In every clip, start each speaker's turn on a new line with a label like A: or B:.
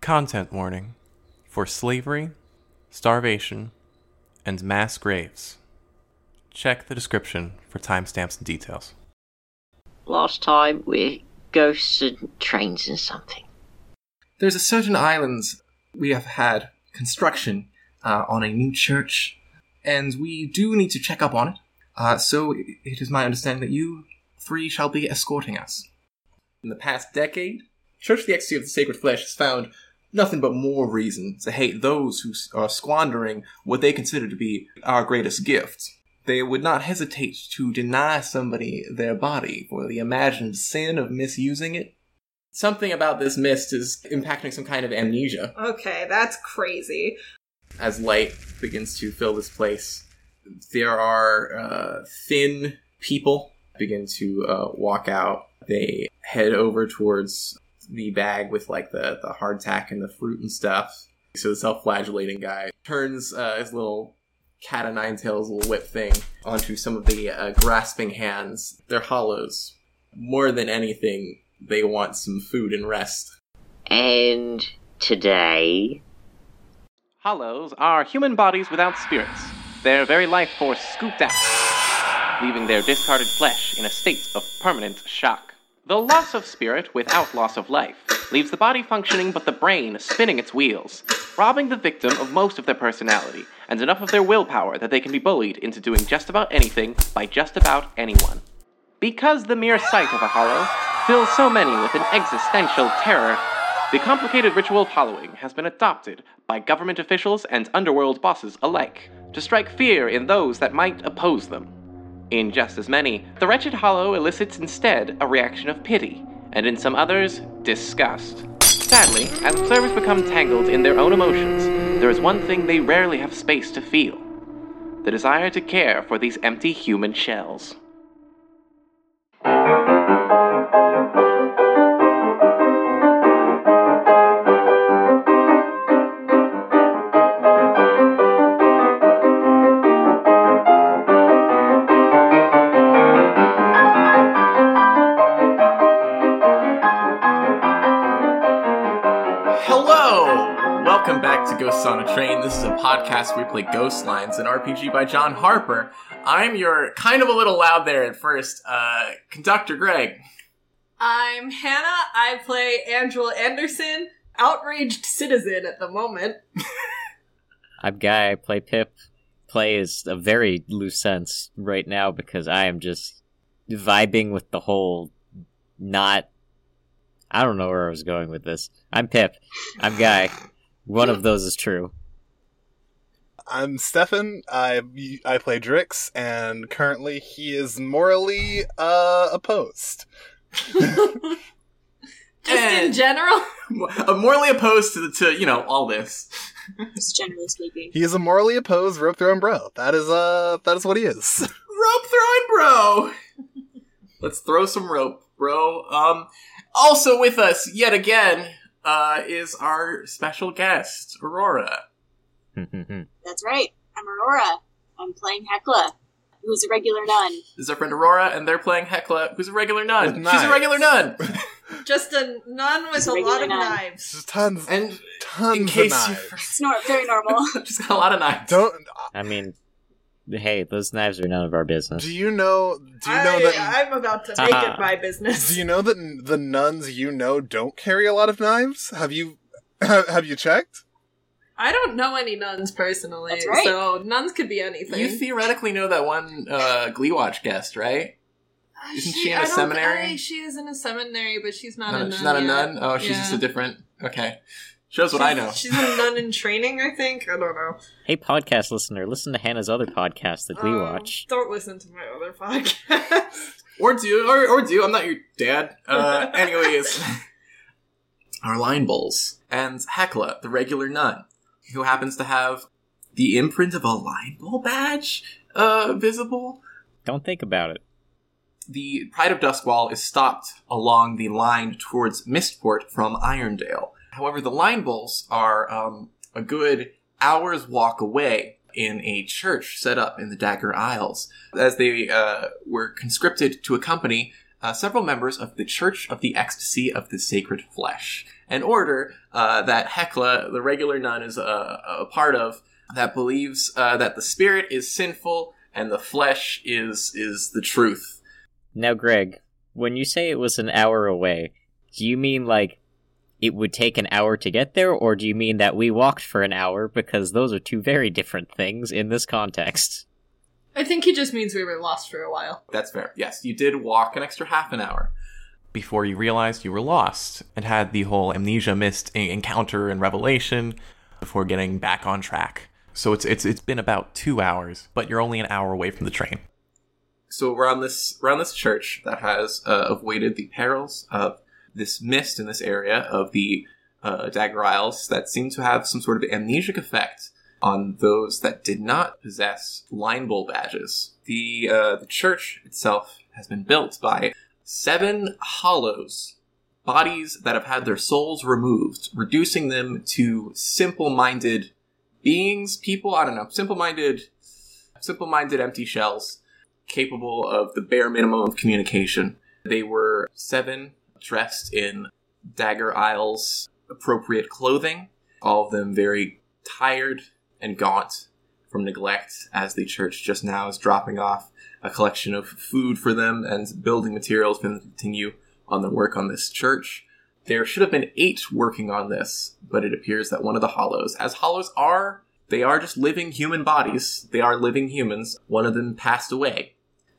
A: Content warning for slavery, starvation, and mass graves. Check the description for timestamps and details.
B: Last time we're ghosts and trains and something.
C: There's a certain island we have had construction uh, on a new church, and we do need to check up on it. Uh, so i- it is my understanding that you three shall be escorting us. In the past decade, Church of the Ecstasy of the Sacred Flesh has found nothing but more reason to hate those who s- are squandering what they consider to be our greatest gift. They would not hesitate to deny somebody their body for the imagined sin of misusing it. Something about this mist is impacting some kind of amnesia
D: Okay, that's crazy.
C: as light begins to fill this place, there are uh, thin people begin to uh, walk out. They head over towards the bag with like the the hardtack and the fruit and stuff. So the self-flagellating guy turns uh, his little cat o' nine tails little whip thing onto some of the uh, grasping hands. They're hollows. More than anything, they want some food and rest.
B: And today,
E: Hollows are human bodies without spirits, their very life force scooped out, leaving their discarded flesh in a state of permanent shock. The loss of spirit without loss of life leaves the body functioning but the brain spinning its wheels, robbing the victim of most of their personality and enough of their willpower that they can be bullied into doing just about anything by just about anyone. Because the mere sight of a hollow fills so many with an existential terror, the complicated ritual of hollowing has been adopted by government officials and underworld bosses alike to strike fear in those that might oppose them. In just as many, the wretched hollow elicits instead a reaction of pity, and in some others, disgust. Sadly, as observers become tangled in their own emotions, there is one thing they rarely have space to feel the desire to care for these empty human shells.
C: Hello! Welcome back to Ghosts on a Train. This is a podcast where we play Ghost Lines, an RPG by John Harper. I'm your kind of a little loud there at first, uh, conductor Greg.
D: I'm Hannah. I play Angela Anderson, outraged citizen at the moment.
F: I'm Guy. I play Pip. Play is a very loose sense right now because I am just vibing with the whole not. I don't know where I was going with this. I'm Pip. I'm Guy. One of those is true.
G: I'm Stefan. I I play Drix, and currently he is morally uh, opposed.
D: Just in
C: Eh.
D: general.
C: I'm morally opposed to, the, to you know, all this.
H: Just generally speaking.
G: He is a morally opposed rope throwing bro. That is uh that is what he is.
C: Rope throwing, bro! Let's throw some rope, bro. Um, also with us, yet again, uh, is our special guest, Aurora.
H: That's right. I'm Aurora. I'm playing Hecla, who is a regular nun.
C: This is our friend Aurora, and they're playing Hecla, who's a regular nun.
G: With
C: She's a
G: knives.
C: regular nun!
D: Just a nun with
H: Just
D: a lot
H: regular
D: of
H: nun.
D: knives.
G: Just tons
C: And
G: tons
C: in case
G: of
C: you
G: knives.
H: It's nor- very normal.
C: just got a lot of knives.
G: Don't
F: I mean, hey, those knives are none of our business.
G: do you know do you know
D: I,
G: that
D: I'm about to make
F: Ah.
D: it my business.
G: do you know that n- the nuns you know don't carry a lot of knives? Have you have, have you checked?
D: I don't know any nuns personally,
H: That's right.
D: so nuns could be anything.
C: You theoretically know that one uh, Glee Watch guest, right?
D: Uh,
C: isn't she in
D: I
C: a
D: don't-
C: seminary?
D: I- she is in a seminary, but she's not
C: No,
D: a nun.
C: she's not a
D: yet.
C: nun. Oh, she's
D: Yeah.
C: just a different. Okay, shows what
D: She's-
C: I know.
D: She's a nun in training, I think. I don't know.
F: Hey, podcast listener, listen to Hannah's other podcast that we
G: Oh.
D: Um,
F: watch.
D: Don't listen to my other podcast.
C: Or do, or, or do. I'm not your dad. Uh, anyways, our line bowls and Hecla, the regular nun, who happens to have the imprint of a line bowl badge uh, visible.
F: Don't think about it.
C: the Pride of Duskwall is stopped along the line towards Mistport from Irondale. However, the line bulls are um, a good hour's walk away in a church set up in the Dagger Isles, as they uh, were conscripted to accompany uh, uh, several members of the Church of the Ecstasy of the Sacred Flesh, an order uh, that Hecla, the regular nun, is a, a part of that believes uh, that the spirit is sinful and the flesh is is the truth.
F: Now, Greg, when you say it was an hour away, do you mean like it would take an hour to get there, or do you mean that we walked for an hour? Because those are two very different things in this context.
D: I think he just means we were lost for a while.
C: That's fair. Yes, you did walk an extra half an hour.
A: Before you realized you were lost and had the whole amnesia mist en- encounter and revelation before getting back on track. So it's it's it's been about two hours, but you're only an hour away from the train.
C: so we're on this we're on this church that has uh, avoided the perils of this mist in this area of the uh, dagger isles that seem to have some sort of amnesic effect on those that did not possess line bull badges. The uh, the church itself has been built by seven hollows, bodies that have had their souls removed, reducing them to simple-minded beings, people. I don't know, simple-minded, simple-minded empty shells capable of the bare minimum of communication. They were seven dressed in Dagger Isle's appropriate clothing, all of them very tired and gaunt from neglect, as the church just now is dropping off a collection of food for them and building materials for them to continue on their work on this church. There should have been eight working on this, but it appears that one of the hollows, as hollows are, they are just living human bodies. They are living humans. One of them passed away,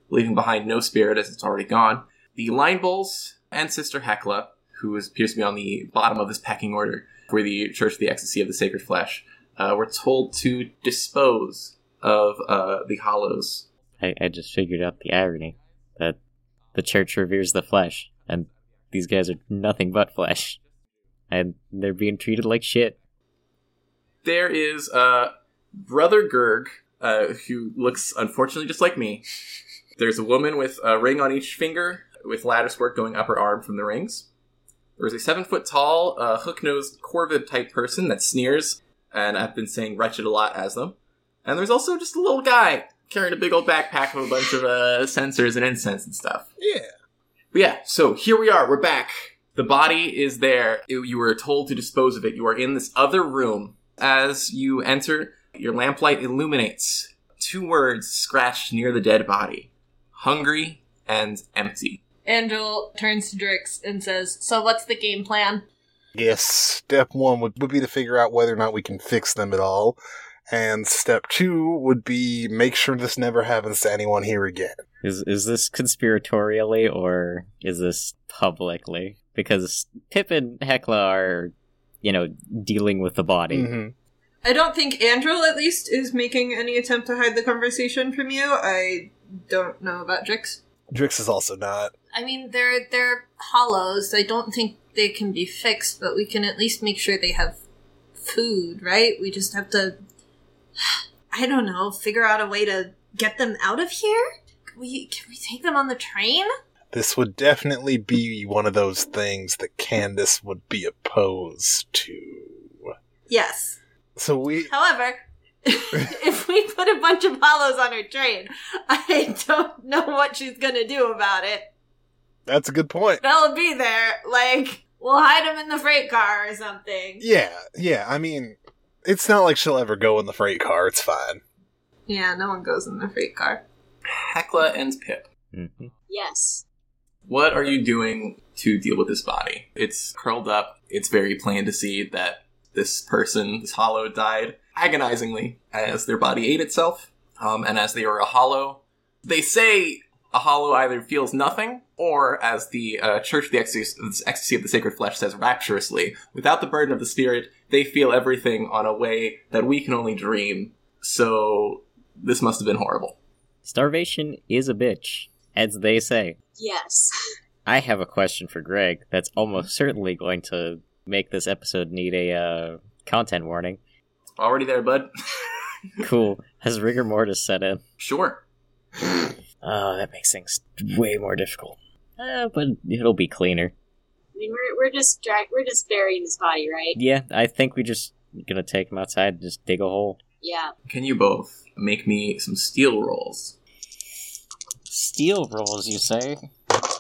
C: leaving behind no spirit as it's already gone. The Line Bulls and Sister Hecla, who is, appears to be on the bottom of this pecking order for the Church of the Ecstasy of the Sacred Flesh, uh, were told to dispose of uh, the Hollows.
F: I, I just figured out the irony that the church reveres the flesh, and these guys are nothing but flesh, and they're being treated like shit.
C: There is uh, Brother Gerg, uh, who looks unfortunately just like me. There's a woman with a ring on each finger, with lattice work going up her arm from the rings. There's a seven foot tall, uh, hook nosed corvid type person that sneers, and I've been saying wretched a lot as them. And there's also just a little guy carrying a big old backpack with a bunch of uh, sensors and incense and stuff.
G: Yeah.
C: But yeah, so here we are. We're back. The body is there. You you were told to dispose of it. You are in this other room. As you enter, your lamplight illuminates two words scratched near the dead body hungry and empty.
D: Angel turns to Drix and says, So what's the game plan?
G: Yes, step one would, would be to figure out whether or not we can fix them at all. And step two would be make sure this never happens to anyone here again.
F: Is is this conspiratorially or is this publicly? Because Pip and Hecla are, you know, dealing with the body.
G: Mm-hmm.
D: I don't think Andrew, at least, is making any attempt to hide the conversation from you. I don't know about Drix.
G: Drix is also not.
D: I mean, they're they're hollows. I don't think they can be fixed, but we can at least make sure they have food, right? We just have to, I don't know, figure out a way to get them out of here. Can we can we take them on the train?
G: This would definitely be one of those things that Candace would be opposed to.
D: Yes.
G: So we.
D: However, if we put a bunch of hollows on her train, I don't know what she's gonna do about it.
G: That's a good point.
D: They'll be there. Like, we'll hide them in the freight car or something.
G: Yeah, yeah. I mean, it's not like she'll ever go in the freight car. It's fine.
D: Yeah, no one goes in the freight car.
C: Hecla and Pip,
F: Mhm.
H: Yes.
C: what are you doing to deal with this body? It's curled up. It's very plain to see that this person, this hollow, died agonizingly as their body ate itself. Um, and as they were a hollow, they say a hollow either feels nothing, or as the uh, Church of the Ecstasy, Ecstasy of the Sacred Flesh says rapturously, without the burden of the spirit, they feel everything on a way that we can only dream. So this must have been horrible.
F: Starvation is a bitch, as they say.
H: Yes.
F: I have a question for Greg that's almost certainly going to make this episode need a uh, content warning.
C: Already there, bud?
F: Cool. Has rigor mortis set in?
C: sure.
F: Oh, that makes things way more difficult. Uh, but it'll be cleaner.
H: I mean, we're, we're just drag- we're just burying his body, right?
F: Yeah, I think we're just gonna take him outside and just dig a hole.
H: Yeah.
C: Can you both make me some steel rolls?
F: Steel rolls, you say?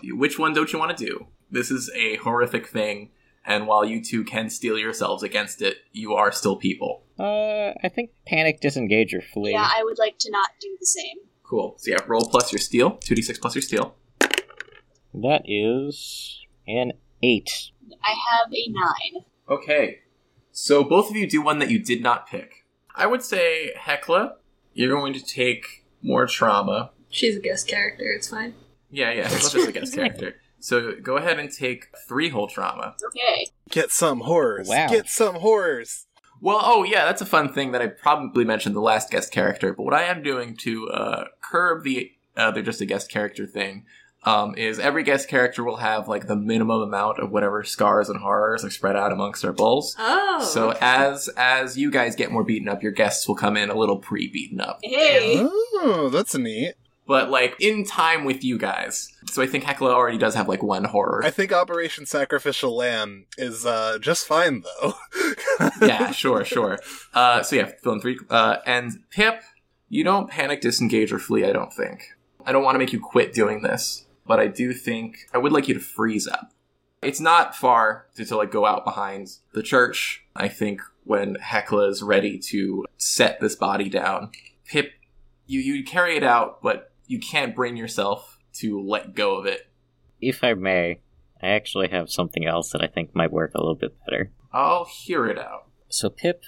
C: Which one don't you want to do? This is a horrific thing, and while you two can steel yourselves against it, you are still people.
F: Uh, I think panic, disengage, or flee.
H: Yeah, I would like to not do the same.
C: Cool. So yeah, roll plus your steel, two d six plus your steel.
F: That is an eight.
H: I have a nine.
C: Okay. So both of you do one that you did not pick. I would say Hecla, you're going to take more trauma.
D: She's a guest character. It's fine.
C: Yeah, yeah. Let's just guess character. So go ahead and take three whole trauma.
H: Okay.
G: Get some horrors.
F: Wow.
G: Get some horrors.
C: Well, oh yeah, that's a fun thing that I probably mentioned the last guest character. But what I am doing to uh, curb the uh, they're just a guest character thing um, is every guest character will have like the minimum amount of whatever scars and horrors like spread out amongst their bowls.
D: Oh.
C: So as as you guys get more beaten up, your guests will come in a little pre beaten up,
H: Hey.
G: Oh, that's neat.
C: but like in time with you guys. So I think Hecla already does have like one horror.
G: I think Operation Sacrificial Lamb is uh, just fine though.
C: yeah, sure, sure. Uh, so yeah, film three. Uh, and Pip, you don't panic, disengage, or flee. I don't think. I don't want to make you quit doing this, but I do think I would like you to freeze up. It's not far to, to like go out behind the church. I think when Hecla is ready to set this body down, Pip, you you carry it out, but you can't bring yourself to let go of it.
F: If I may, I actually have something else that I think might work a little bit better.
C: I'll hear it out.
F: So Pip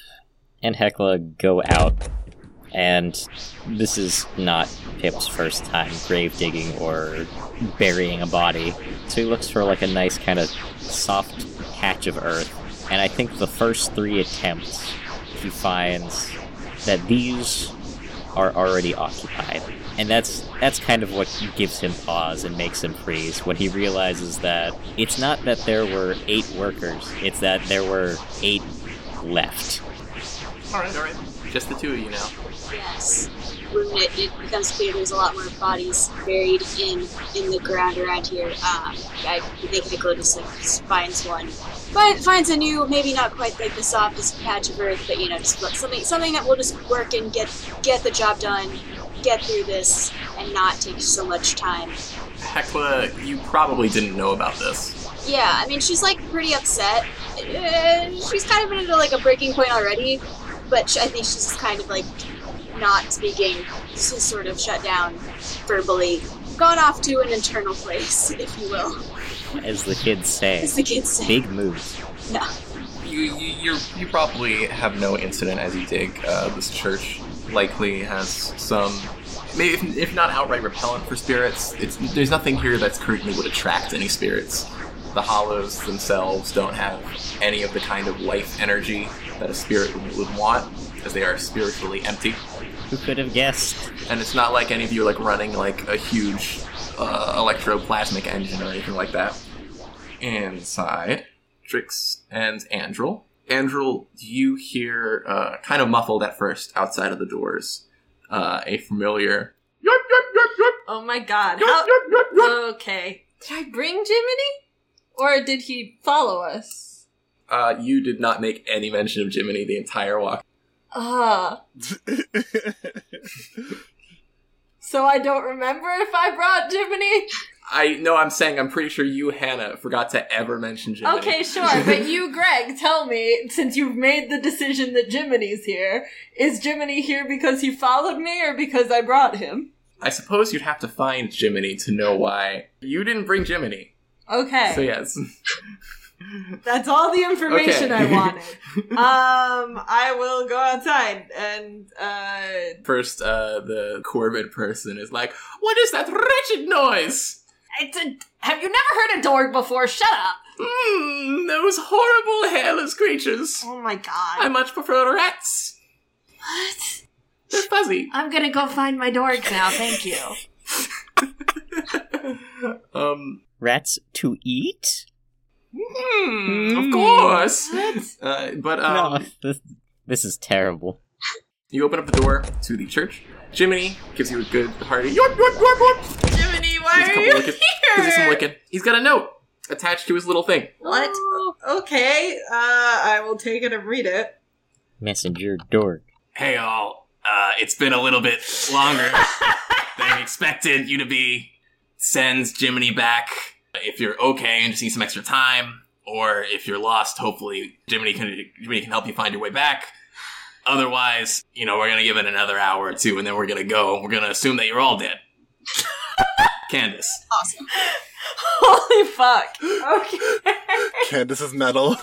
F: and Hecla go out, and this is not Pip's first time grave digging or burying a body. So he looks for like a nice kind of soft patch of earth, and I think the first three attempts he finds that these are already occupied. And that's that's kind of what gives him pause and makes him freeze when he realizes that it's not that there were eight workers, it's that there were eight left.
C: All right, all right. Just the two of you now.
H: Yes. When it, it becomes clear there's a lot more bodies buried in in the ground around here, um, I think Nicola just like finds one, find, finds a new, maybe not quite like the softest patch of earth, but you know, just like something something that will just work and get get the job done, get through this, and not take so much time.
C: Hecla, you probably didn't know about this.
H: Yeah, I mean, she's like pretty upset. Uh, she's kind of been into like a breaking point already, but sh I think she's just kind of like not speaking, s- sort of shut down verbally, gone off to an internal place, if you will,
F: As the kids say,
H: as the kids say.
F: big moves.
H: Yeah.
C: You, you, you're, you probably have no incident as you dig. Uh, this church likely has some, maybe if, if not outright repellent for spirits, it's, there's nothing here that's currently would attract any spirits. The hollows themselves don't have any of the kind of life energy that a spirit would, would want, because they are spiritually empty.
F: Who could have guessed?
C: And it's not like any of you are like running like a huge uh, electroplasmic engine or anything like that. Inside, Trix and Andrel. Andrel, you hear uh, kind of muffled at first outside of the doors uh, a familiar. "Yup, yup, yup, yup,
D: Oh my god.
C: yup,
D: How-
C: yup, yup, yup."
D: okay. Did I bring Jiminy? Or did he follow us?
C: Uh, you did not make any mention of Jiminy the entire walk.
D: Uh, so I don't remember if I brought Jiminy?
C: I no, I'm saying I'm pretty sure you, Hannah, forgot to ever mention Jiminy.
D: Okay, sure. But you, Greg, tell me, since you've made the decision that Jiminy's here, is Jiminy here because he followed me or because I brought him?
C: I suppose you'd have to find Jiminy to know why you didn't bring Jiminy.
D: Okay.
C: So yes.
D: That's all the information
C: Okay.
D: I wanted. um, I will go outside and uh
C: First, uh, the Corbin person is like, What is that wretched noise?
D: It's a. Have you never heard a dorg before? Shut up!
C: Mmm, those horrible hairless creatures.
D: Oh my god.
C: I much prefer rats.
D: what?
C: They're fuzzy.
D: I'm gonna go find my dorg now. Thank you.
C: Um,
F: Rats to eat?
C: mm,
F: Mm.
C: of course.
D: What?
C: Uh, but, um,
F: no, this, this is terrible.
C: you open up the door to the church. Jiminy gives you a good hearty. Yorp, yorp, yorp, yorp.
D: Jiminy, why
C: Gives a
D: are
C: couple
D: you
C: wicked-
D: here?
C: gives you some wicked. He's got a note attached to his little thing.
D: What?
H: Oh,
D: Okay. Uh, I will take it and read it.
F: Messenger dork.
C: Hey, all. Uh, it's been a little bit longer than expected you to be. sends Jiminy back if you're okay and just need some extra time, or if you're lost, hopefully Jiminy can Jiminy can help you find your way back. Otherwise, you know, we're gonna give it another hour or two, and then we're gonna go. We're gonna assume that you're all dead. Candace.
H: Awesome.
D: Holy fuck. Okay.
G: Candace is metal.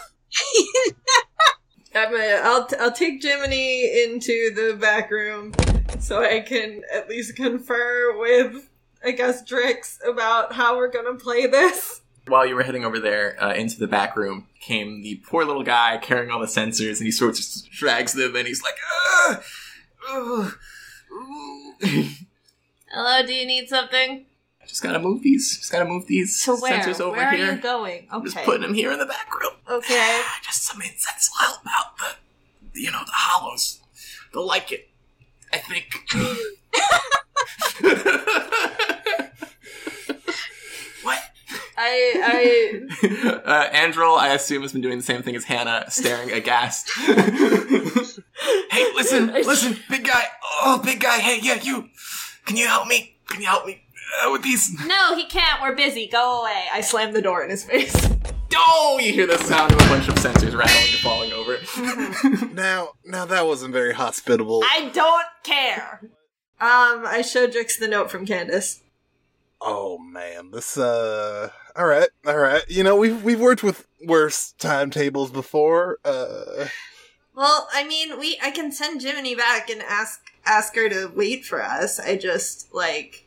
D: I'm gonna, I'll, t- I'll take Jiminy into the back room so I can at least confer with, I guess, Drix about how we're gonna play this.
C: While you were heading over there uh, into the back room, came the poor little guy carrying all the sensors, and he sort of just drags them, and he's like, "Ah, ugh, ooh." I
D: Hello, do you need something?
C: just gotta move these. Just gotta move these
D: So where?
C: sensors over
D: where
C: here.
D: are you going?
C: I'm just
D: Okay.
C: putting them here in the back room.
D: Okay.
C: Ah, Just some insects will help out the, you know, the hollows. They'll like it. I think. what?
D: I I
C: uh, Andrel, I assume, has been doing the same thing as Hannah, staring aghast. hey, listen, listen, big guy. Oh, big guy. Hey, yeah, you. Can you help me? Can you help me uh, with these?
D: No, he can't. We're busy. Go away. I slammed the door in his face.
C: Oh, you hear the sound of a bunch of sensors rattling and falling over.
G: Now, now that wasn't very hospitable.
D: I don't care. Um, I showed Drix the note from Candace.
G: Oh man, this uh all right, all right. You know, we've we've worked with worse timetables before. Uh
D: Well, I mean, we I can send Jiminy back and ask ask her to wait for us. I just like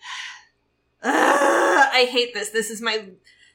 D: Ugh, I hate this. This is my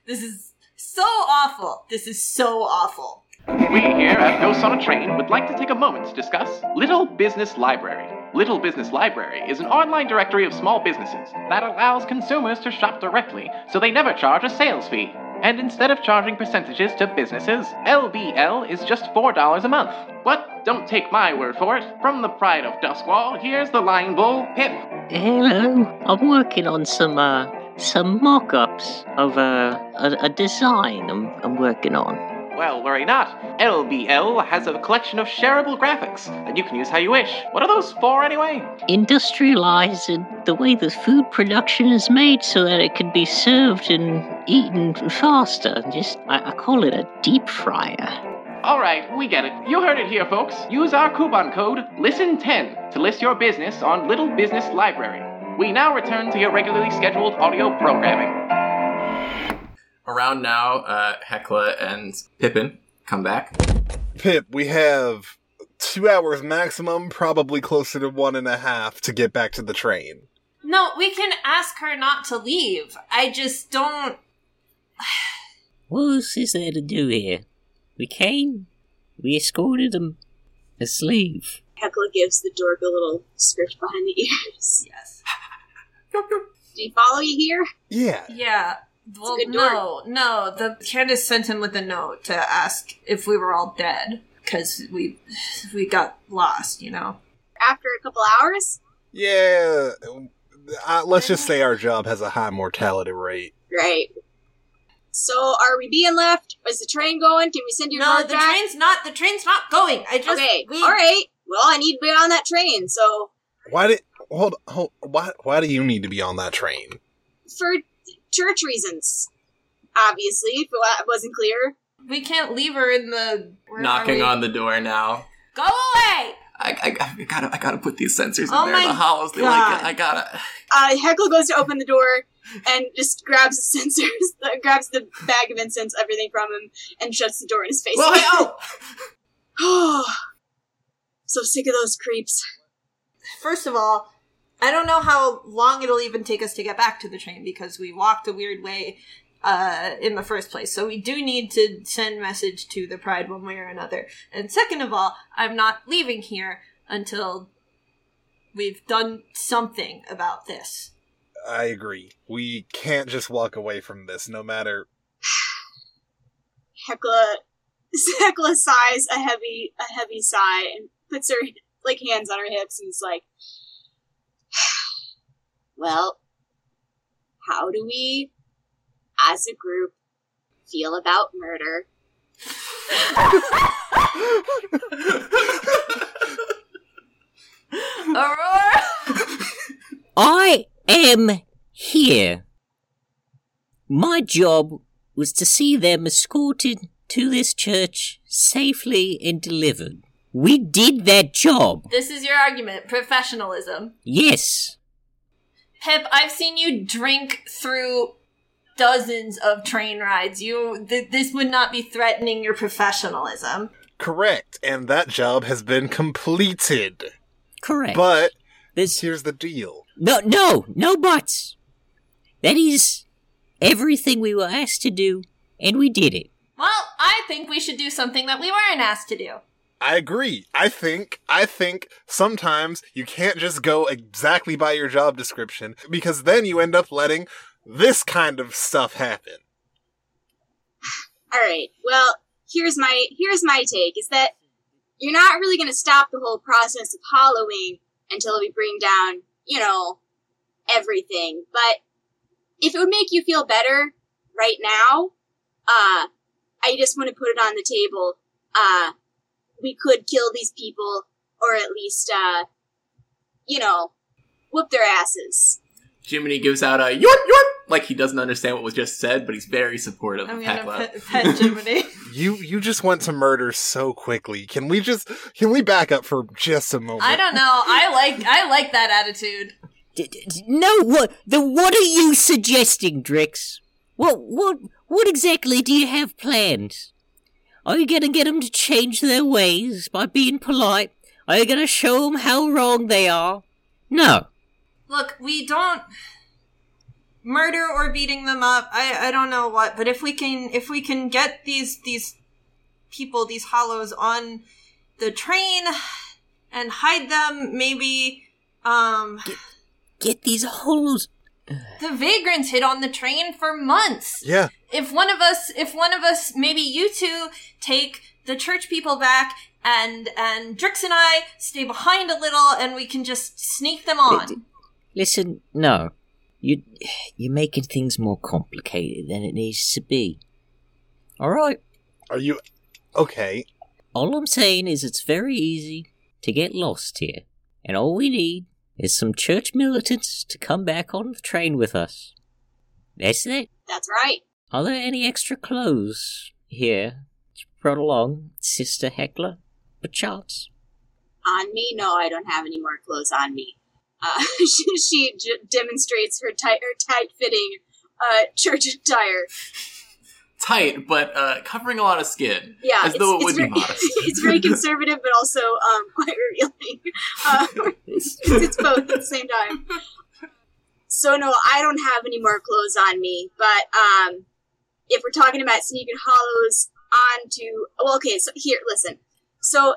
D: this is so awful. This is so awful.
E: We here at Ghosts on a Train would like to take a moment to discuss Little Business Library. Little Business Library is an online directory of small businesses that allows consumers to shop directly so they never charge a sales fee. And instead of charging percentages to businesses, LBL is just $4 a month. But don't take my word for it. From the pride of Duskwall, here's the line bull, Pip.
I: Hello, I'm working on some uh, some mock-ups of uh, a a design I'm I'm working on.
E: Well, worry not. LBL has a collection of shareable graphics that you can use how you wish. What are those for, anyway?
I: Industrializing the way the food production is made so that it can be served and eaten faster. Just I, I call it a deep fryer.
E: All right, we get it. You heard it here, folks. Use our coupon code LISTEN10 to list your business on Little Business Library. We now return to your regularly scheduled audio programming.
C: Around now, uh, Hecla and Pippin come back.
G: Pip, we have two hours maximum, probably closer to one and a half to get back to the train.
D: No, we can ask her not to leave. I just don't
I: What else is there to do here? We came, we escorted them. Let's leave.
H: Hecla gives the dork a little script behind the ears.
D: Yes.
H: Do you follow you here?
G: Yeah.
D: Yeah. Well,
H: good
D: no, no. The Candace sent him with a note to ask if we were all dead because we we got lost. You know.
H: After a couple hours?
G: Yeah. Uh, let's just say our job has a high mortality rate.
H: Right. So are we being left? Is the train going? Can we send your
D: no,
H: card
D: the
H: back?
D: train's not. The train's not going. I just
H: okay.
D: we-
H: All right. Well, I need to be on that train. So
G: Why did hold, hold why why do you need to be on that train?
H: for church reasons, obviously, if it wasn't clear.
D: we can't leave her in the where are
C: Knocking
D: we?
C: on the door now.
D: Go away.
C: I, I, I gotta, I gotta put these sensors
D: Oh
C: in there. in The
D: my
C: hollows, they like
D: God.
C: it. I gotta.
H: Uh, Heckle goes to open the door and just grabs the sensors, grabs the bag of incense, everything from him, and shuts the door in his face.
C: Well, hey, oh!
H: so sick of those creeps.
D: First of all, I don't know how long it'll even take us to get back to the train because we walked a weird way uh, in the first place. So we do need to send message to the Pride one way or another. And second of all, I'm not leaving here until we've done something about this.
G: I agree. We can't just walk away from this no matter
H: Hecla, Hecla sighs a heavy, a heavy sigh and puts her like hands on her hips and is like, "Well, how do we, as a group, feel about murder?"
D: Aurora,
I: I am Here. My job was to see them escorted to this church safely and delivered. We did that job.
D: This is your argument professionalism.
I: Yes.
D: Pip, I've seen you drink through dozens of train rides. You th- this would not be threatening your professionalism.
G: Correct, and that job has been completed.
I: Correct.
G: But
I: There's
G: here's the deal.
I: No, no, no buts. That is everything we were asked to do, and we did it.
D: Well, I think we should do something that we weren't asked to do.
G: I agree. I think I think sometimes you can't just go exactly by your job description because then you end up letting this kind of stuff happen.
H: All right. Well, here's my here's my take is that you're not really going to stop the whole process of hollowing until we bring down, you know, everything. But if it would make you feel better right now, uh I just want to put it on the table. Uh we could kill these people or at least uh you know, whoop their asses.
C: Jiminy gives out a yorp yorp like he doesn't understand what was just said, but he's very supportive
D: I'm
C: of
D: gonna
C: Hecla.
D: pet, pet Jiminy.
G: You you just want to murder so quickly. Can we just can we back up for just a moment?
D: I don't know. I like I like that attitude.
I: D- d- d- no, what? The what are you suggesting, Drix? What, what, what exactly do you have planned? Are you gonna get them to change their ways by being polite? Are you gonna show them how wrong they are? No.
D: Look, we don't murder or beating them up. I I don't know what, but if we can if we can get these these people these hollows on the train and hide them, maybe um
I: Get these holes.
D: the vagrants hid on the train for months.
G: Yeah.
D: if one of us if one of us maybe you two take the church people back and and Drix and I stay behind a little and we can just sneak them on.
I: Listen, no. You, you're making things more complicated than it needs to be. Alright.
G: Are you okay?
I: All I'm saying is it's very easy to get lost here, and all we need is some church militants to come back on the train with us. That's it.
H: That's right.
I: Are there any extra clothes here brought along, Sister Heckler? Perchance.
H: on me. No, I don't have any more clothes on me. Uh, she she j- demonstrates her tight, her tight fitting uh, church attire.
C: Tight, but uh, covering a lot of skin.
H: Yeah,
C: As though it would
H: very,
C: be modest.
H: it's very conservative, but also um, quite revealing. Uh, it's, it's both at the same time. So no, I don't have any more clothes on me. But um, if we're talking about sneaking hollows onto, well, okay, so here, listen. So,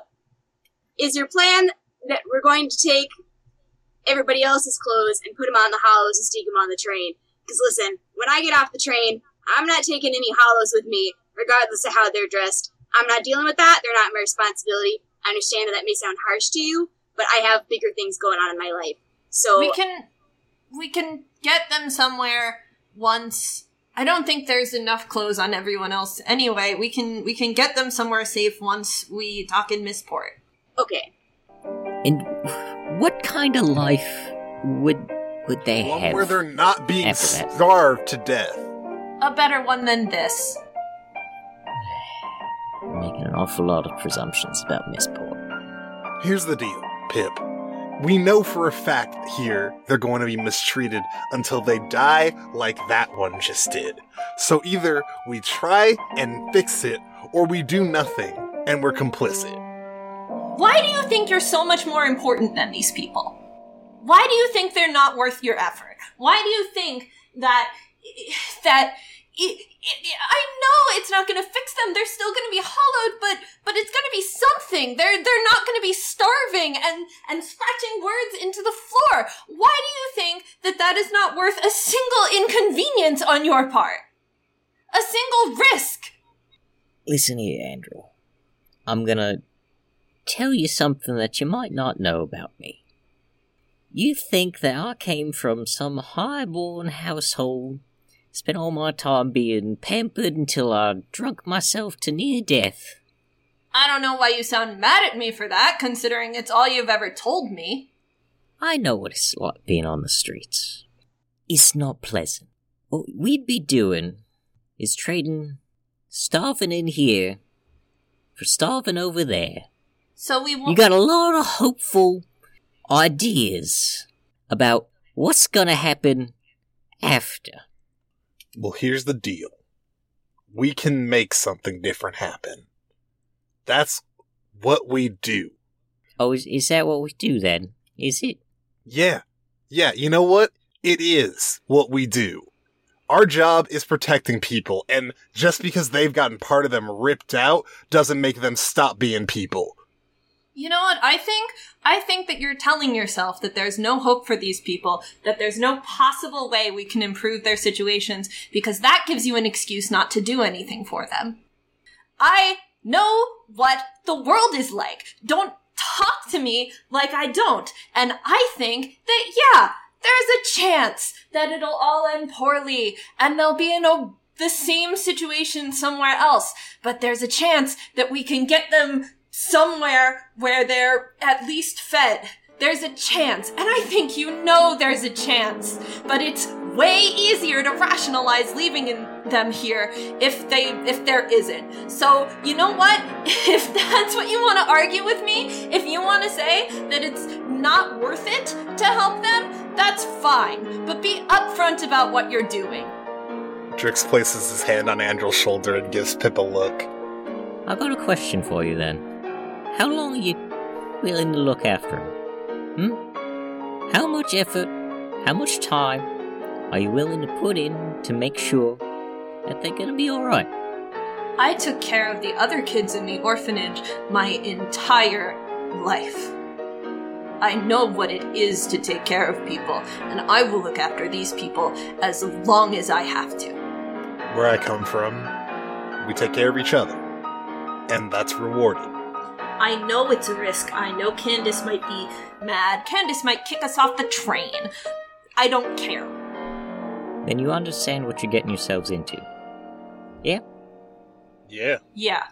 H: is your plan that we're going to take everybody else's clothes and put them on the hollows and sneak them on the train? Because listen, when I get off the train, I'm not taking any hollows with me, regardless of how they're dressed. I'm not dealing with that. They're not my responsibility. I understand that that may sound harsh to you, but I have bigger things going on in my life. So
D: We can we can get them somewhere once I don't think there's enough clothes on everyone else anyway. We can we can get them somewhere safe once we dock in Missport.
H: okay,
I: And what kind of life would would they
G: One
I: have?
G: where they're not being
I: after that.
G: starved to death.
D: A better one than this.
I: You're making an awful lot of presumptions about Missport.
G: Here's the deal, Pip. We know for a fact here they're going to be mistreated until they die like that one just did. So either we try and fix it, or we do nothing and we're complicit.
D: Why do you think you're so much more important than these people? Why do you think they're not worth your effort? Why do you think that that it, it, I know it's not going to fix them. They're still going to be hollowed, but but it's going to be something. They're they're not going to be starving and and scratching words into the floor. Why do you think that that is not worth a single inconvenience on your part? A single risk.
I: Listen here, Andrew. I'm gonna tell you something that you might not know about me. You think that I came from some high-born household, spent all my time being pampered until I drunk myself to near death.
D: I don't know why you sound mad at me for that, considering it's all you've ever told me.
I: I know what it's like being on the streets. It's not pleasant. What we'd be doing is trading starving in here for starving over there.
D: So we won't.
I: You got a lot of hopeful ideas about what's gonna happen after.
G: Well, here's the deal. We can make something different happen. That's what we do.
I: Oh, is, is that what we do then? Is it?
G: Yeah. Yeah, you know what? It is what we do. Our job is protecting people, and just because they've gotten part of them ripped out doesn't make them stop being people.
D: You know what? I think I think that you're telling yourself that there's no hope for these people, that there's no possible way we can improve their situations because that gives you an excuse not to do anything for them. I know what the world is like. Don't talk to me like I don't. And I think that yeah, there's a chance that it'll all end poorly and they'll be in a the same situation somewhere else, but there's a chance that we can get them somewhere where they're at least fed. There's a chance, and I think you know there's a chance, but it's way easier to rationalize leaving in them here if they if there isn't. So, you know what? If that's what you want to argue with me, if you want to say that it's not worth it to help them, that's fine. But be upfront about what you're doing.
G: Drix places his hand on Andrel's shoulder and gives Pip a look.
I: I've got a question for you then. How long are you willing to look after him? Hmm? How much effort, how much time are you willing to put in to make sure that they're gonna be alright?
D: I took care of the other kids in the orphanage my entire life. I know what it is to take care of people, and I will look after these people as long as I have to.
G: Where I come from, we take care of each other, and that's rewarded.
D: I know it's a risk. I know Candace might be mad. Candace might kick us off the train. I don't care.
I: Then you understand what you're getting yourselves into. Yeah?
G: Yeah.
D: Yeah.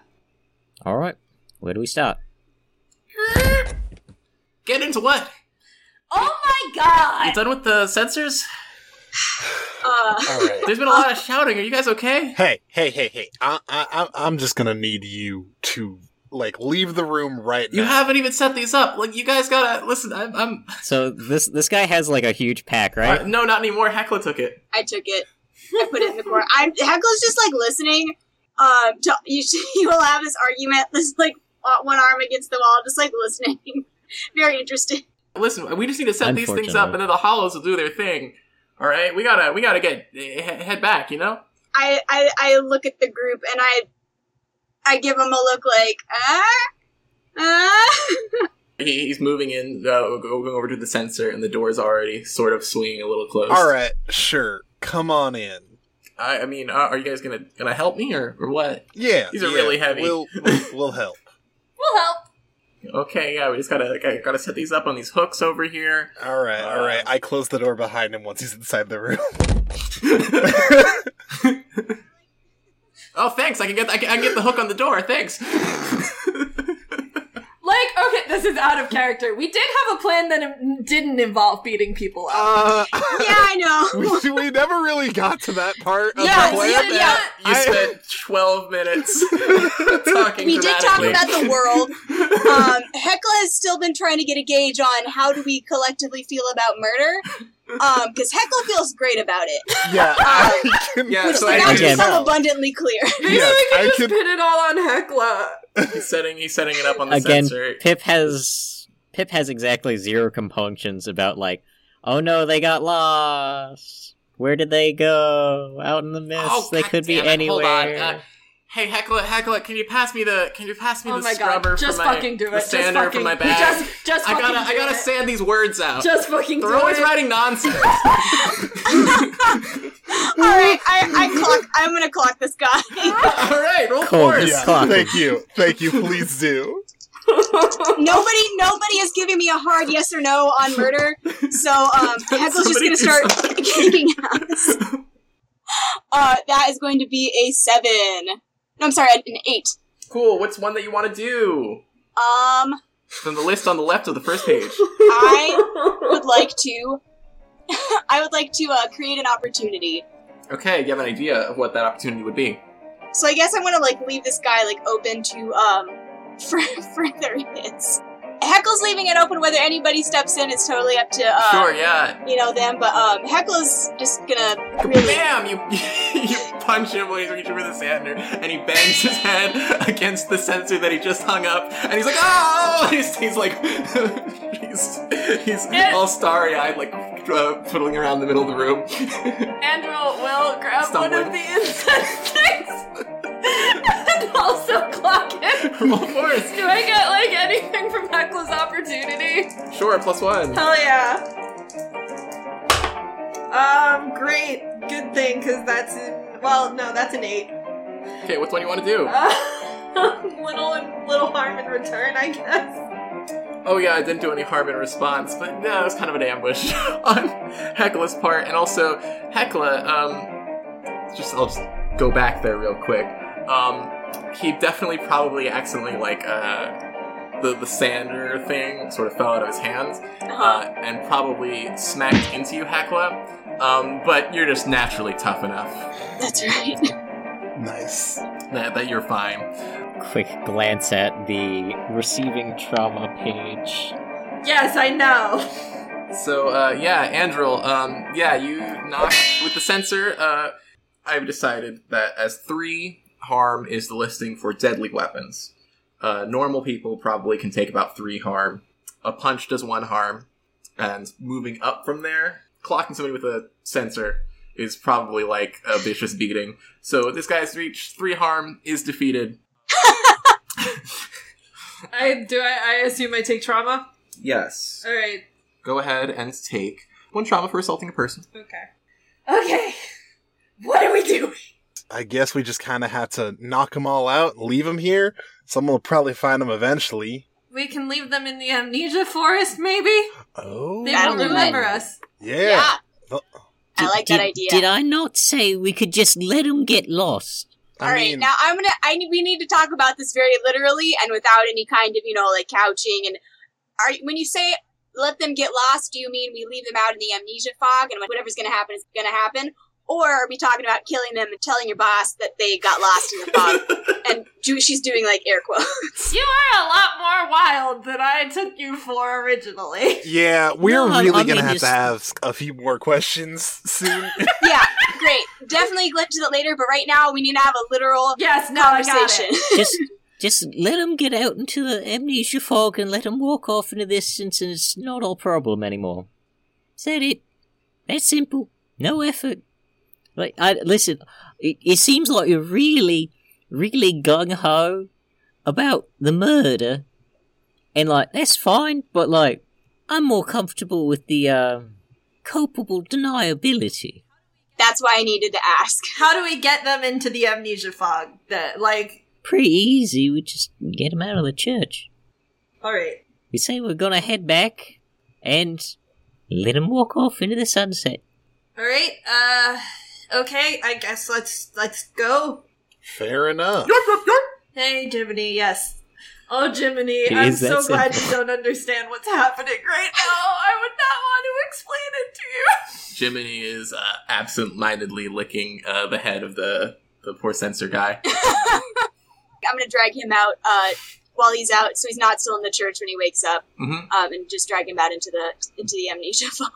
I: Alright. Where do we start?
J: Get into what?
D: Oh my
J: You
D: god!
J: done with the sensors?
H: Uh,
G: All right.
J: There's been a lot of shouting. Are you guys okay?
G: Hey, hey, hey, hey! I, I, I'm- I'm just gonna need you to like leave the room right now.
J: You haven't even set these up. Like, you guys gotta listen. I'm. I'm uh,
F: So this this guy has like a huge pack, right?
J: no, not anymore. Heckler took it.
H: I took it. I put it in the corner. I'm Heckle's just like listening. Um, to, you you will have this argument. This like uh, one arm against the wall, just like listening. Very interesting.
J: Listen, we just need to set these things up, and then the hollows will do their thing. All right, we gotta we gotta get eh, he- head back. You know.
H: I, I I look at the group and I I give them a look like ah ah.
J: He, he's moving in, uh, go- going over to the sensor, and the door's already sort of swinging a little close.
G: All right, sure. Come on in.
J: I, I mean, uh, are you guys gonna gonna help me or, or what?
G: Yeah,
J: These are
G: yeah,
J: really heavy.
G: We'll, we'll, we'll help.
D: We'll help.
J: Okay, yeah, we just gotta gotta, gotta set these up on these hooks over here.
G: All right, all right.
J: Uh,
G: I close the door behind him once he's inside the room.
J: Oh, thanks. I can get I can, I can get the hook on the door. Thanks.
D: Like, okay, this is out of character. We did have a plan that im- didn't involve beating people up.
G: Uh,
H: Yeah, I know.
G: we, we never really got to that part. Of
D: Yeah,
G: the
D: we
G: plan
D: did
G: that
D: not.
J: You
G: I-
J: spent twelve minutes talking.
H: We did talk
J: dramatically.
H: about the world. Um, Hecla has still been trying to get a gauge on how do we collectively feel about murder, because Hecla feels great about it,
G: Yeah, I can,
J: Yeah,
H: which
J: so
H: did not
J: I,
F: Again.
H: become abundantly clear.
G: yes, I can
D: Pin it all on Hecla.
J: he's setting he's setting it up on the
F: Again,
J: sensor.
F: Pip has Pip has exactly zero compunctions about like, oh no, they got lost. Where did they go? Out in the mist.
J: Oh,
F: they
J: God
F: could be
J: damn it. Hold
F: anywhere.
J: on, uh, Hey Heckla, Heckla, can you pass me the can you pass me
D: Oh
J: the
D: my god,
J: scrubber
D: just
J: for my
D: fucking do it.
J: the
D: Just
J: sander
D: fucking,
J: for my bag?
D: Just, just
J: I
D: fucking
J: gotta I
D: do
J: gotta
D: it.
J: sand these words out.
D: Just fucking
J: They're
D: do
J: always
D: it.
J: writing nonsense.
H: All right, I, I clock. I'm gonna clock this guy.
J: All right, roll
F: Cold
J: force.
F: as
G: Yeah,
F: fuck.
G: thank you, thank you. Please do.
H: nobody, nobody is giving me a hard yes or no on murder. So um, Heckle's just
J: Somebody
H: gonna
J: do
H: start kicking ass. Uh, that is going to be a seven. No, I'm sorry, an eight.
J: Cool. What's one that you want to do?
H: Um,
J: From the list on the left of the first page.
H: I would like to I would like to uh, create an opportunity.
C: Okay, you have an idea of what that opportunity would be.
H: So I guess I'm gonna like leave this guy like open to um for further hits. Heckle's leaving it open whether anybody steps in. It's totally up to uh,
C: sure, yeah.
H: you know them. But um, Heckle's just gonna really
C: Bam! You you punch him while he's reaching for the sander, and he bangs his head against the sensor that he just hung up, and he's like, "Oh!" He's, he's like, he's he's all starry-eyed, like uh, twiddling around the middle of the room.
D: Andrew will grab one
C: Stumbling.
D: of the incentives and also clock it.
C: Roll force.
D: Do I get like anything from Hekla's opportunity?
C: Sure, plus one.
D: Hell yeah. Um, great. Good thing, because that's in. Well, no, that's an eight.
C: Okay, which one you want to do?
D: Uh, little little harm in return, I guess.
C: Oh yeah, I didn't do any harm in response, but no, it was kind of an ambush on Hecla's part, and also Hecla. Um, just I'll just go back there real quick. Um, he definitely probably accidentally like uh, the the sander thing sort of fell out of his hands,
H: Uh-huh.
C: uh, and probably smacked into you, Hecla. Um, but you're just naturally tough enough
H: That's right.
G: Nice.
C: that, that you're fine.
F: Quick glance at the receiving trauma page.
D: Yes, I know.
C: So uh, yeah, Andril, um, yeah, you knocked with the sensor. Uh, I've decided that as three harm is the listing for deadly weapons. Uh, normal people probably can take about three harm. A punch does one harm, and moving up from there, clocking somebody with a sensor is probably like a vicious beating. So this guy's reached three harm, is defeated.
D: I do. I, I assume I take trauma.
C: Yes.
D: All right.
C: Go ahead and take one trauma for assaulting a person.
D: Okay. Okay. What do we do?
G: I guess we just kind of had to knock them all out, leave them here. Someone will probably find them eventually.
K: We can leave them in the amnesia forest, maybe?
G: Oh,
K: They
H: That'll
K: won't
H: do it.
K: remember us.
G: yeah.
H: Yeah.
G: The-
H: I like that
I: Did-
H: idea.
I: Did I not say we could just let him get lost?
G: I
H: All right,
G: mean,
H: now I'm gonna. I need- we need to talk about this very literally and without any kind of you know like couching. And are when you say let them get lost, do you mean we leave them out in the amnesia fog and whatever's gonna happen is gonna happen, or are we talking about killing them and telling your boss that they got lost in the fog? and do, she's doing like air quotes.
D: You are a lot more wild than I took you for originally.
G: yeah, we're
I: No, I-
G: really
I: I
G: gonna
I: mean,
G: have
I: just-
G: to ask a few more questions soon.
H: yeah, great. Definitely glip to that later, but right now we need to have a literal
D: Yes, no, I got
H: conversation.
D: it.
I: Just just let him get out into the amnesia fog and let him walk off into the distance and it's not our problem anymore. Said it. That's simple. No effort. Like I listen, it, it seems like you're really, really gung ho about the murder. And like, that's fine, but like I'm more comfortable with the uh, culpable deniability.
H: That's why I needed to ask.
K: How do we get them into the amnesia fog? That like
I: pretty easy. We just get them out of the church.
K: all right.
I: We say we're gonna head back and let them walk off into the sunset.
K: All right. Uh okay, I guess let's let's go.
G: Fair enough.
K: Hey, Jiminy, yes. Oh, Jiminy,
F: It
K: I'm
F: is that
K: so glad you
F: simple.
K: don't understand what's happening right now. I would not want to explain it to you.
C: Jiminy is uh, absent-mindedly licking uh, the head of the the poor censor guy.
H: I'm gonna drag him out uh, while he's out, so he's not still in the church when he wakes up,
C: Mhm.
H: um, and just drag him out into the into the amnesia fog.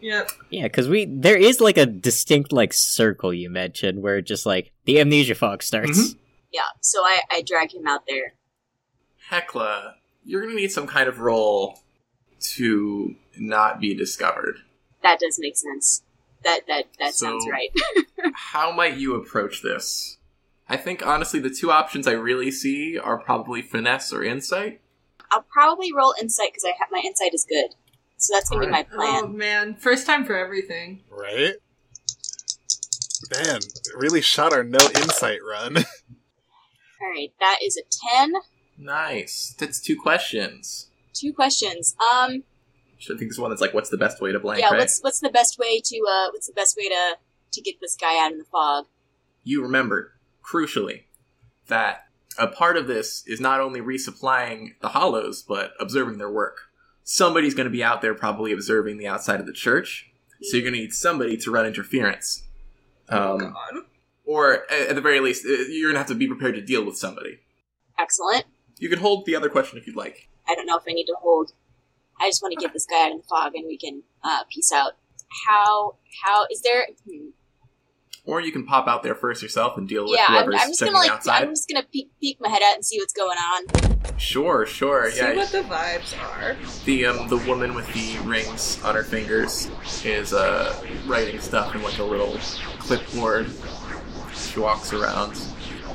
K: Yep.
F: Yeah, because we there is like a distinct like circle you mentioned where just like the amnesia fog starts.
C: Mhm.
H: yeah, so I, I drag him out there.
C: Hecla, you're gonna need some kind of roll to not be discovered.
H: That does make sense. That that that
C: So-
H: sounds right.
C: How might you approach this? I think honestly, the two options I really see are probably finesse or insight.
H: I'll probably roll insight because I have my insight is good, so that's gonna be my
C: Alright.
H: plan.
K: Oh man, first time for everything.
G: Right? Man, really shot our no insight run.
H: All right, that is a ten.
C: Nice. That's two questions.
H: Two questions. Um,
C: Which I think is one that's like, what's the best way to blank?
H: yeah.
C: right?
H: What's what's the best way to uh, what's the best way to to get this guy out in the fog?
C: you remember, crucially, that a part of this is not only resupplying the hollows, but observing their work. Somebody's going to be out there probably observing the outside of the church, So you're going to need somebody to run interference. Um, or a- at the very least, uh, you're going to have to be prepared to deal with somebody.
H: Excellent.
C: You can hold the other question if you'd like.
H: I don't know if I need to hold. I just want to get this guy out of the fog and we can uh, peace out. How? How is there? Hmm.
C: Or you can pop out there first yourself and deal with
H: Yeah, I'm,
C: whoever's
H: I'm just
C: checking
H: gonna like
C: outside.
H: I'm just gonna peek, peek my head out and see what's going on.
C: Sure, sure.
L: See
C: yeah,
L: what the vibes are.
C: The um, the woman with the rings on her fingers is uh, writing stuff in like a little clipboard. She walks around.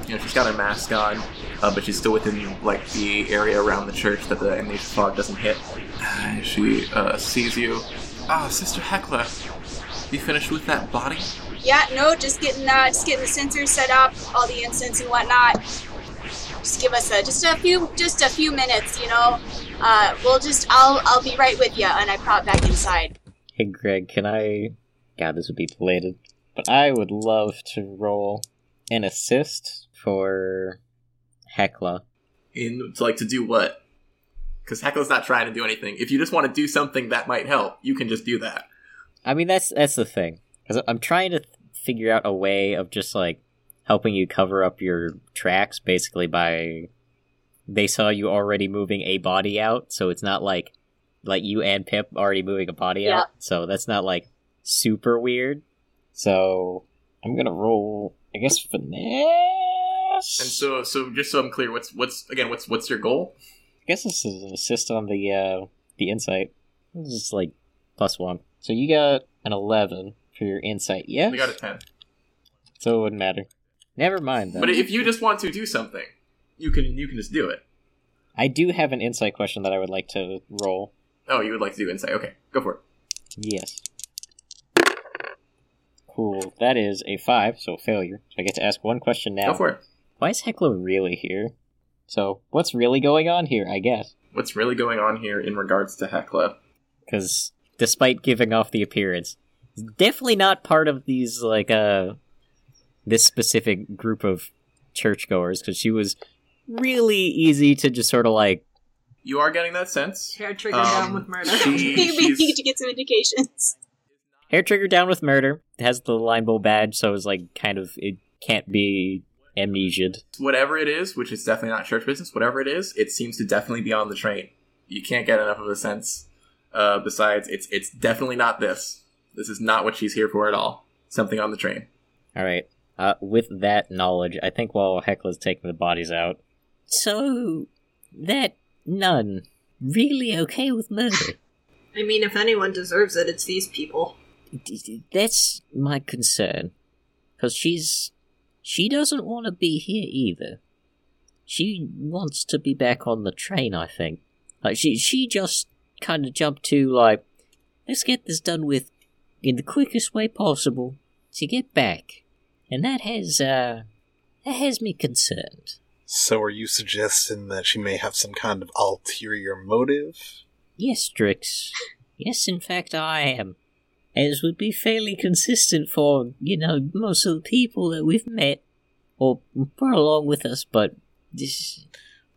C: You know, she's got her mask on, uh, but she's still within like the area around the church that the amnesia fog doesn't hit. She uh, sees you. Ah, Sister Hecla, you finished with that body?
H: Yeah, no, just getting uh, just getting the sensors set up, all the incense and whatnot. Just give us a just a few just a few minutes, you know. Uh, we'll just I'll I'll be right with you, and I pop back inside.
F: Hey, Greg, can I? God, this would be belated, but I would love to roll an assist for Hecla.
C: In like to do what? Because Hecla's not trying to do anything. If you just want to do something that might help, you can just do that.
F: I mean, that's that's the thing. 'Cause I'm trying to figure out a way of just like helping you cover up your tracks, basically by they saw you already moving a body out, so it's not like like you and Pip already moving a body
H: Yeah.
F: out. So that's not like super weird. So I'm gonna roll, I guess, finesse.
C: And so, so just so I'm clear, what's what's again? What's what's your goal?
F: I guess this is an assist on the uh, the insight. This is like plus one. So you got an eleven for your insight. Yeah,
C: We got a ten.
F: so it wouldn't matter. Never mind though.
C: But if you just want to do something, you can you can just do it.
F: I do have an insight question that I would like to roll.
C: Oh, you would like to do insight? Okay, go for it.
F: Yes. Cool. That is a five, so a failure. So I get to ask one question now.
C: Go for it.
F: Why is Hecla really here? So what's really going on here? I guess
C: What's really going on here in regards to Hecla?
F: because despite giving off the appearance, it's definitely not part of these like uh this specific group of churchgoers because she was really easy to just sort of like
C: You are getting that sense.
D: Hair triggered down
C: Um,
D: with murder.
C: she-
H: Maybe we need
C: she's-
H: to get some indications.
F: hair trigger down with murder has the line bowl badge so it's like kind of it can't be amnesiaed
C: whatever it is, which is definitely not church business. Whatever it is, it seems to definitely be on the train. You can't get enough of a sense. Uh, besides, it's it's definitely not this. This is not what she's here for at all. Something on the train.
I: Mm-hmm.
F: all right uh, with that knowledge i think while hecla's taking the bodies out
I: So, that nun really okay with murder?
D: I mean, if anyone deserves it, it's these people.
I: D- d- That's my concern. Because she's. She doesn't want to be here either. She wants to be back on the train, I think. Like, she, she just kind of jumped to, like, let's get this done with in the quickest way possible to get back. And that has, uh. That has me concerned.
G: So, are you suggesting that she may have some kind of ulterior motive?
I: Yes, Drix. Yes, in fact, I am. As would be fairly consistent for, you know, most of the people that we've met or brought along with us, but this.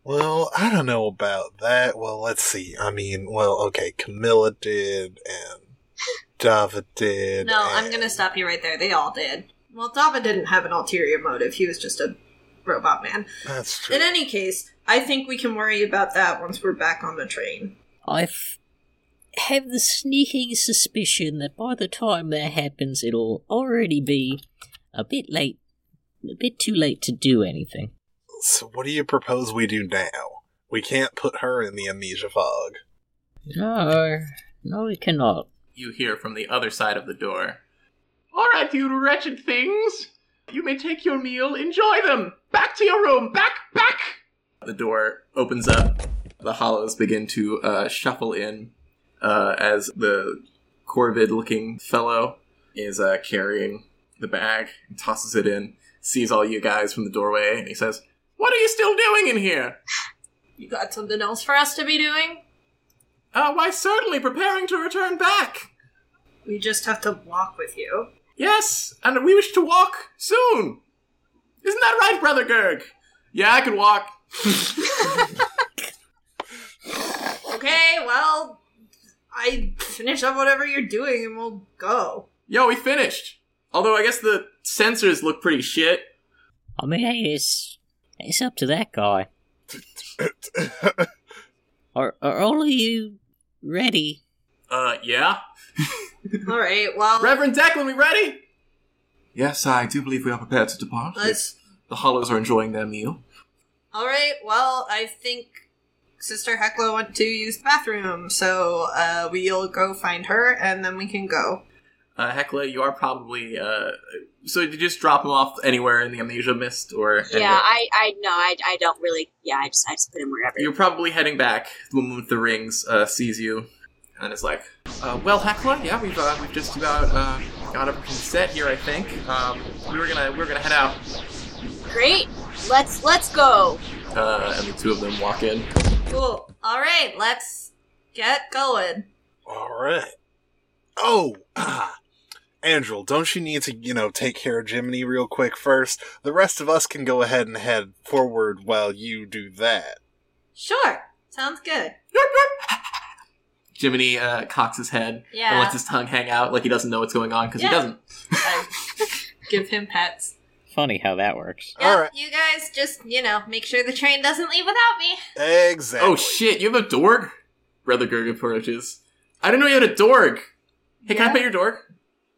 G: Well, I don't know about that. Well, let's see. I mean, well, okay, Camilla did, and Dava did.
D: No, I'm
G: and-
D: gonna stop you right there. They all did. Well, Dava didn't have an ulterior motive. He was just a robot man.
G: That's true.
D: In any case, I think we can worry about that once we're back on the train.
I: I've. have the sneaking suspicion that by the time that happens, it'll already be a bit late. a bit too late to do anything.
G: So, what do you propose we do now? We can't put her in the amnesia fog.
I: No, no, we cannot.
C: you hear from the other side of the door. All right, you wretched things! You may take your meal, enjoy them! Back to your room! Back, back! The door opens up. The hollows begin to uh, shuffle in uh, as the Corvid looking fellow is uh, carrying the bag and tosses it in, sees all you guys from the doorway, and he says, What are you still doing in here?
D: You got something else for us to be doing?
C: Uh, why, certainly preparing to return back!
D: We just have to walk with you.
C: Yes, and we wish to walk soon. Isn't that right, Brother Gerg? Yeah, I can walk.
D: Okay, well, I I finish up whatever you're doing and we'll go.
C: Yo, we finished. Although I guess the sensors look pretty shit.
I: I mean, hey, it's it's up to that guy. are are all of you ready?
C: Uh, yeah.
D: All right. Well,
C: Reverend Declan, we ready?
M: Yes, I do believe we are prepared to depart.
D: Let's-
M: The Hollows are enjoying their meal.
D: all right. Well, I think Sister Hecla went to use the bathroom, so uh, we'll go find her and then we can go.
C: Uh, Hecla, you are probably, uh, so did you just drop him off anywhere in the amnesia mist or?
H: Yeah, I, I no, I, I don't really. Yeah, I just, I just put him wherever.
C: You're probably heading back. The woman with the rings uh, sees you and is like, uh, "Well, Hecla, yeah, we've uh, we've just about uh, got everything set here. I think um, we were gonna we were gonna head out."
H: Great. Let's let's go.
C: Uh, and the two of them walk in.
D: Cool. All right. Let's get going.
G: All right. Oh, ah. Andrel, don't you need to, you know, take care of Jiminy real quick first? The rest of us can go ahead and head forward while you do that.
D: Sure. Sounds good.
C: Jiminy uh, cocks his head and
D: Yeah.
C: lets his tongue hang out like he doesn't know what's going on because
D: Yeah.
C: he doesn't.
D: I give him pets.
F: Funny how that works.
D: Yeah,
G: All right.
D: you guys just, you know, make sure the train doesn't leave without me.
G: Exactly.
C: Oh shit! You have a dorg. Brother Gerg approaches. I didn't know you had a dorg. Hey, can I
D: Yeah.
C: pet your dorg?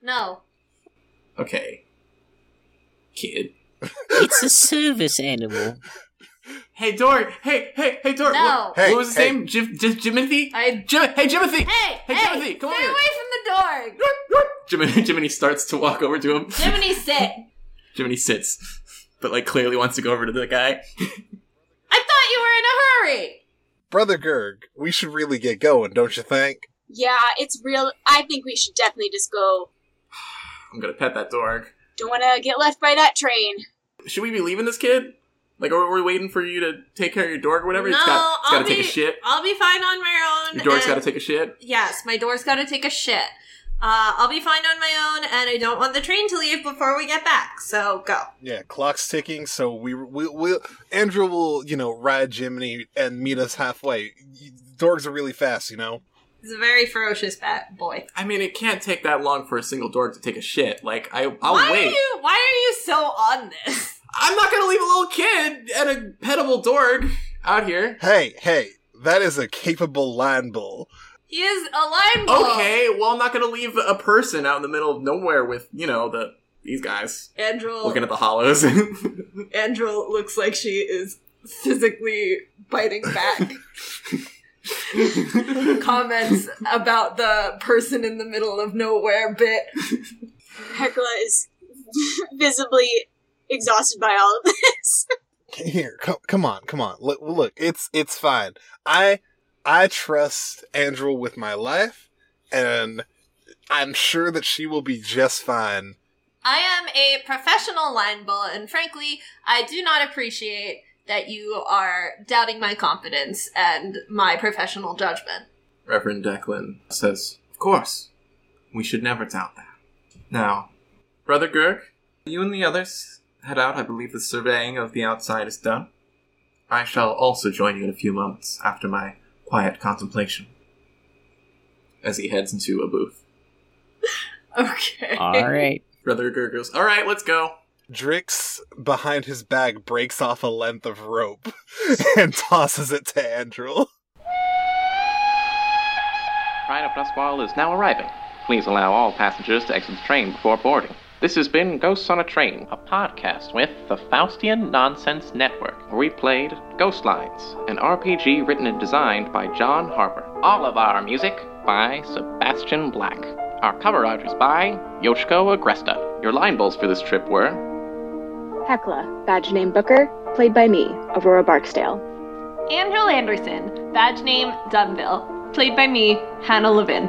D: No.
C: Okay, kid.
I: It's a service animal.
C: Hey, dorg. Hey, hey, hey, dorg.
D: No.
C: What,
G: Hey,
C: what was his
G: hey.
C: name? Jim, Jim, Jimothy.
D: I.
C: Jim, hey, Jimothy.
D: Hey!
C: Hey,
D: Hey!
C: Timothy, come
D: stay
C: over here.
D: away from the door!
C: Jiminy, Jiminy starts to walk over to him.
D: Jiminy, sit!
C: Jiminy sits, but like clearly wants to go over to the guy.
D: I thought you were in a hurry!
G: Brother Gerg, we should really get going, don't you think?
H: Yeah, it's real. I think we should definitely just go.
C: I'm gonna pet that dork.
H: Don't want to get left by that train.
C: Should we be leaving this kid? Like, are we waiting for you to take care of your dork or whatever?
D: no,
C: it's got, it's
D: I'll
C: gotta
D: be,
C: take a shit.
D: I'll be fine on my own.
C: Your dork's
D: and-
C: gotta take a shit.
D: Yes, my door's gotta take a shit. Uh, I'll be fine on my own, and I don't want the train to leave before we get back, so go.
G: Yeah, clock's ticking, so we we will Andrew will, you know, ride Jiminy and meet us halfway. Y- Dorgs are really fast, you know.
D: He's a very ferocious bat boy.
C: I mean, it can't take that long for a single dork to take a shit. Like, I, I'll
D: why
C: Oh, wait.
D: Are you, why are you so on this?
C: I'm not gonna leave a little kid and a petable dork out here.
G: Hey, hey, that is a capable line bull.
D: He is a lion bull.
C: Okay, well, I'm not gonna leave a person out in the middle of nowhere with, you know, the these guys
D: Andrel.
C: looking at the hollows.
D: Andrel looks like she is physically biting back comments about the person in the middle of nowhere bit.
H: Hecla is visibly exhausted by all of this.
G: Here, come, come on, come on. Look, look, it's it's fine. I I trust Andrew with my life, and I'm sure that she will be just fine.
D: I am a professional line bull, and frankly, I do not appreciate that you are doubting my competence and my professional judgment.
C: Reverend Declan says, Of course, we should never doubt that. Now, Brother Gurg, you and the others head out. I believe the surveying of the outside is done. I shall also join you in a few moments after my quiet contemplation. As he heads into a booth,
D: Okay.
F: All right.
C: Brother Gurg goes, All right, let's go.
G: Drix, behind his bag, breaks off a length of rope and tosses it to Andrew.
E: Pride of Duskwall is now arriving. Please allow all passengers to exit the train before boarding. This has been Ghosts on a Train, a podcast with the Faustian Nonsense Network, where we played Ghost Lines, an RPG written and designed by John Harper. All of our music by Sebastian Black. Our cover art is by Yoshiko Agresta. Your line bulls for this trip were
N: Hecla, badge name Booker, played by me, Aurora Barksdale.
O: Andrew Anderson, badge name Dunville, played by me, Hannah Levin.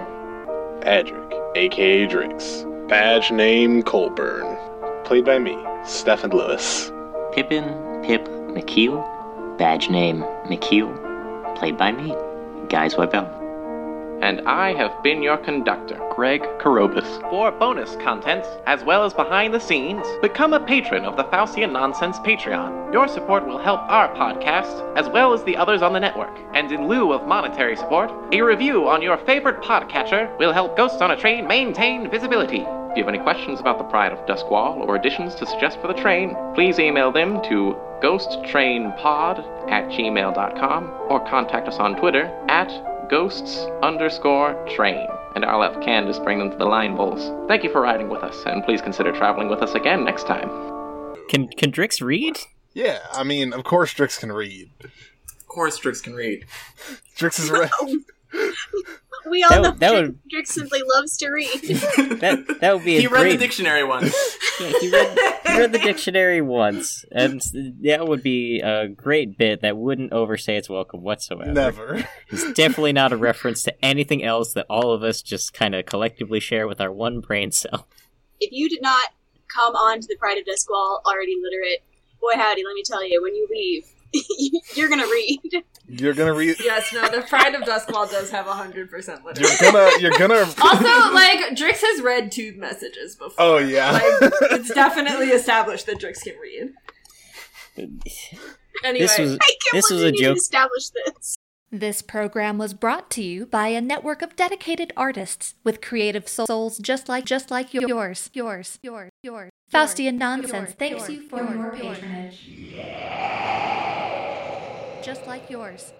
P: Patrick, aka Drix. Badge name Colburn. Played by me, Stephen Lewis.
E: Pippin,
I: Pip McKeel, badge name McKeel, played by me, Guys Webel.
E: and I have been your conductor, Greg Carobus. For bonus content, as well as behind the scenes, become a patron of the Faustian Nonsense Patreon. Your support will help our podcast, as well as the others on the network. And in lieu of monetary support, a review on your favorite podcatcher will help Ghosts on a Train maintain visibility. If you have any questions about the Pride of Duskwall or additions to suggest for the train, please email them to ghosttrainpod at gmail.com or contact us on Twitter at ghosts underscore train. And I'll have Candace bring them to the line bowls. Thank you for riding with us, and please consider traveling with us again next time.
F: Can can Drix read?
G: Yeah, I mean, of course Drix can read.
J: Of course, Drix can read.
G: Drix is right.
H: We all
F: That would-
H: know
F: that
H: Drix,
F: would-
H: Drix simply loves to read.
F: That that would be a
J: He read
F: great.
J: the dictionary once.
F: yeah, he read he read the dictionary once, and s- that would be a great bit that wouldn't overstay its welcome whatsoever.
G: Never.
F: It's definitely not a reference to anything else that all of us just kind of collectively share with our one brain cell.
H: if you did not come onto the Pride of Duskwall already literate, boy howdy, let me tell you, when you leave, you're gonna read.
G: You're gonna read.
D: Yes, no, the Pride of Duskwall does have 100%
G: You're
D: literacy.
G: gonna. You're gonna.
D: also, like, Drix has read tube messages before.
G: Oh yeah.
D: Like, it's definitely established that Drix can read. Anyway,
F: This was this was a joke.
H: Establish this.
N: This program was brought to you by a network of dedicated artists with creative souls just like just like yours, yours, yours, yours. Faustian nonsense. Thanks you for your patronage. Just like yours.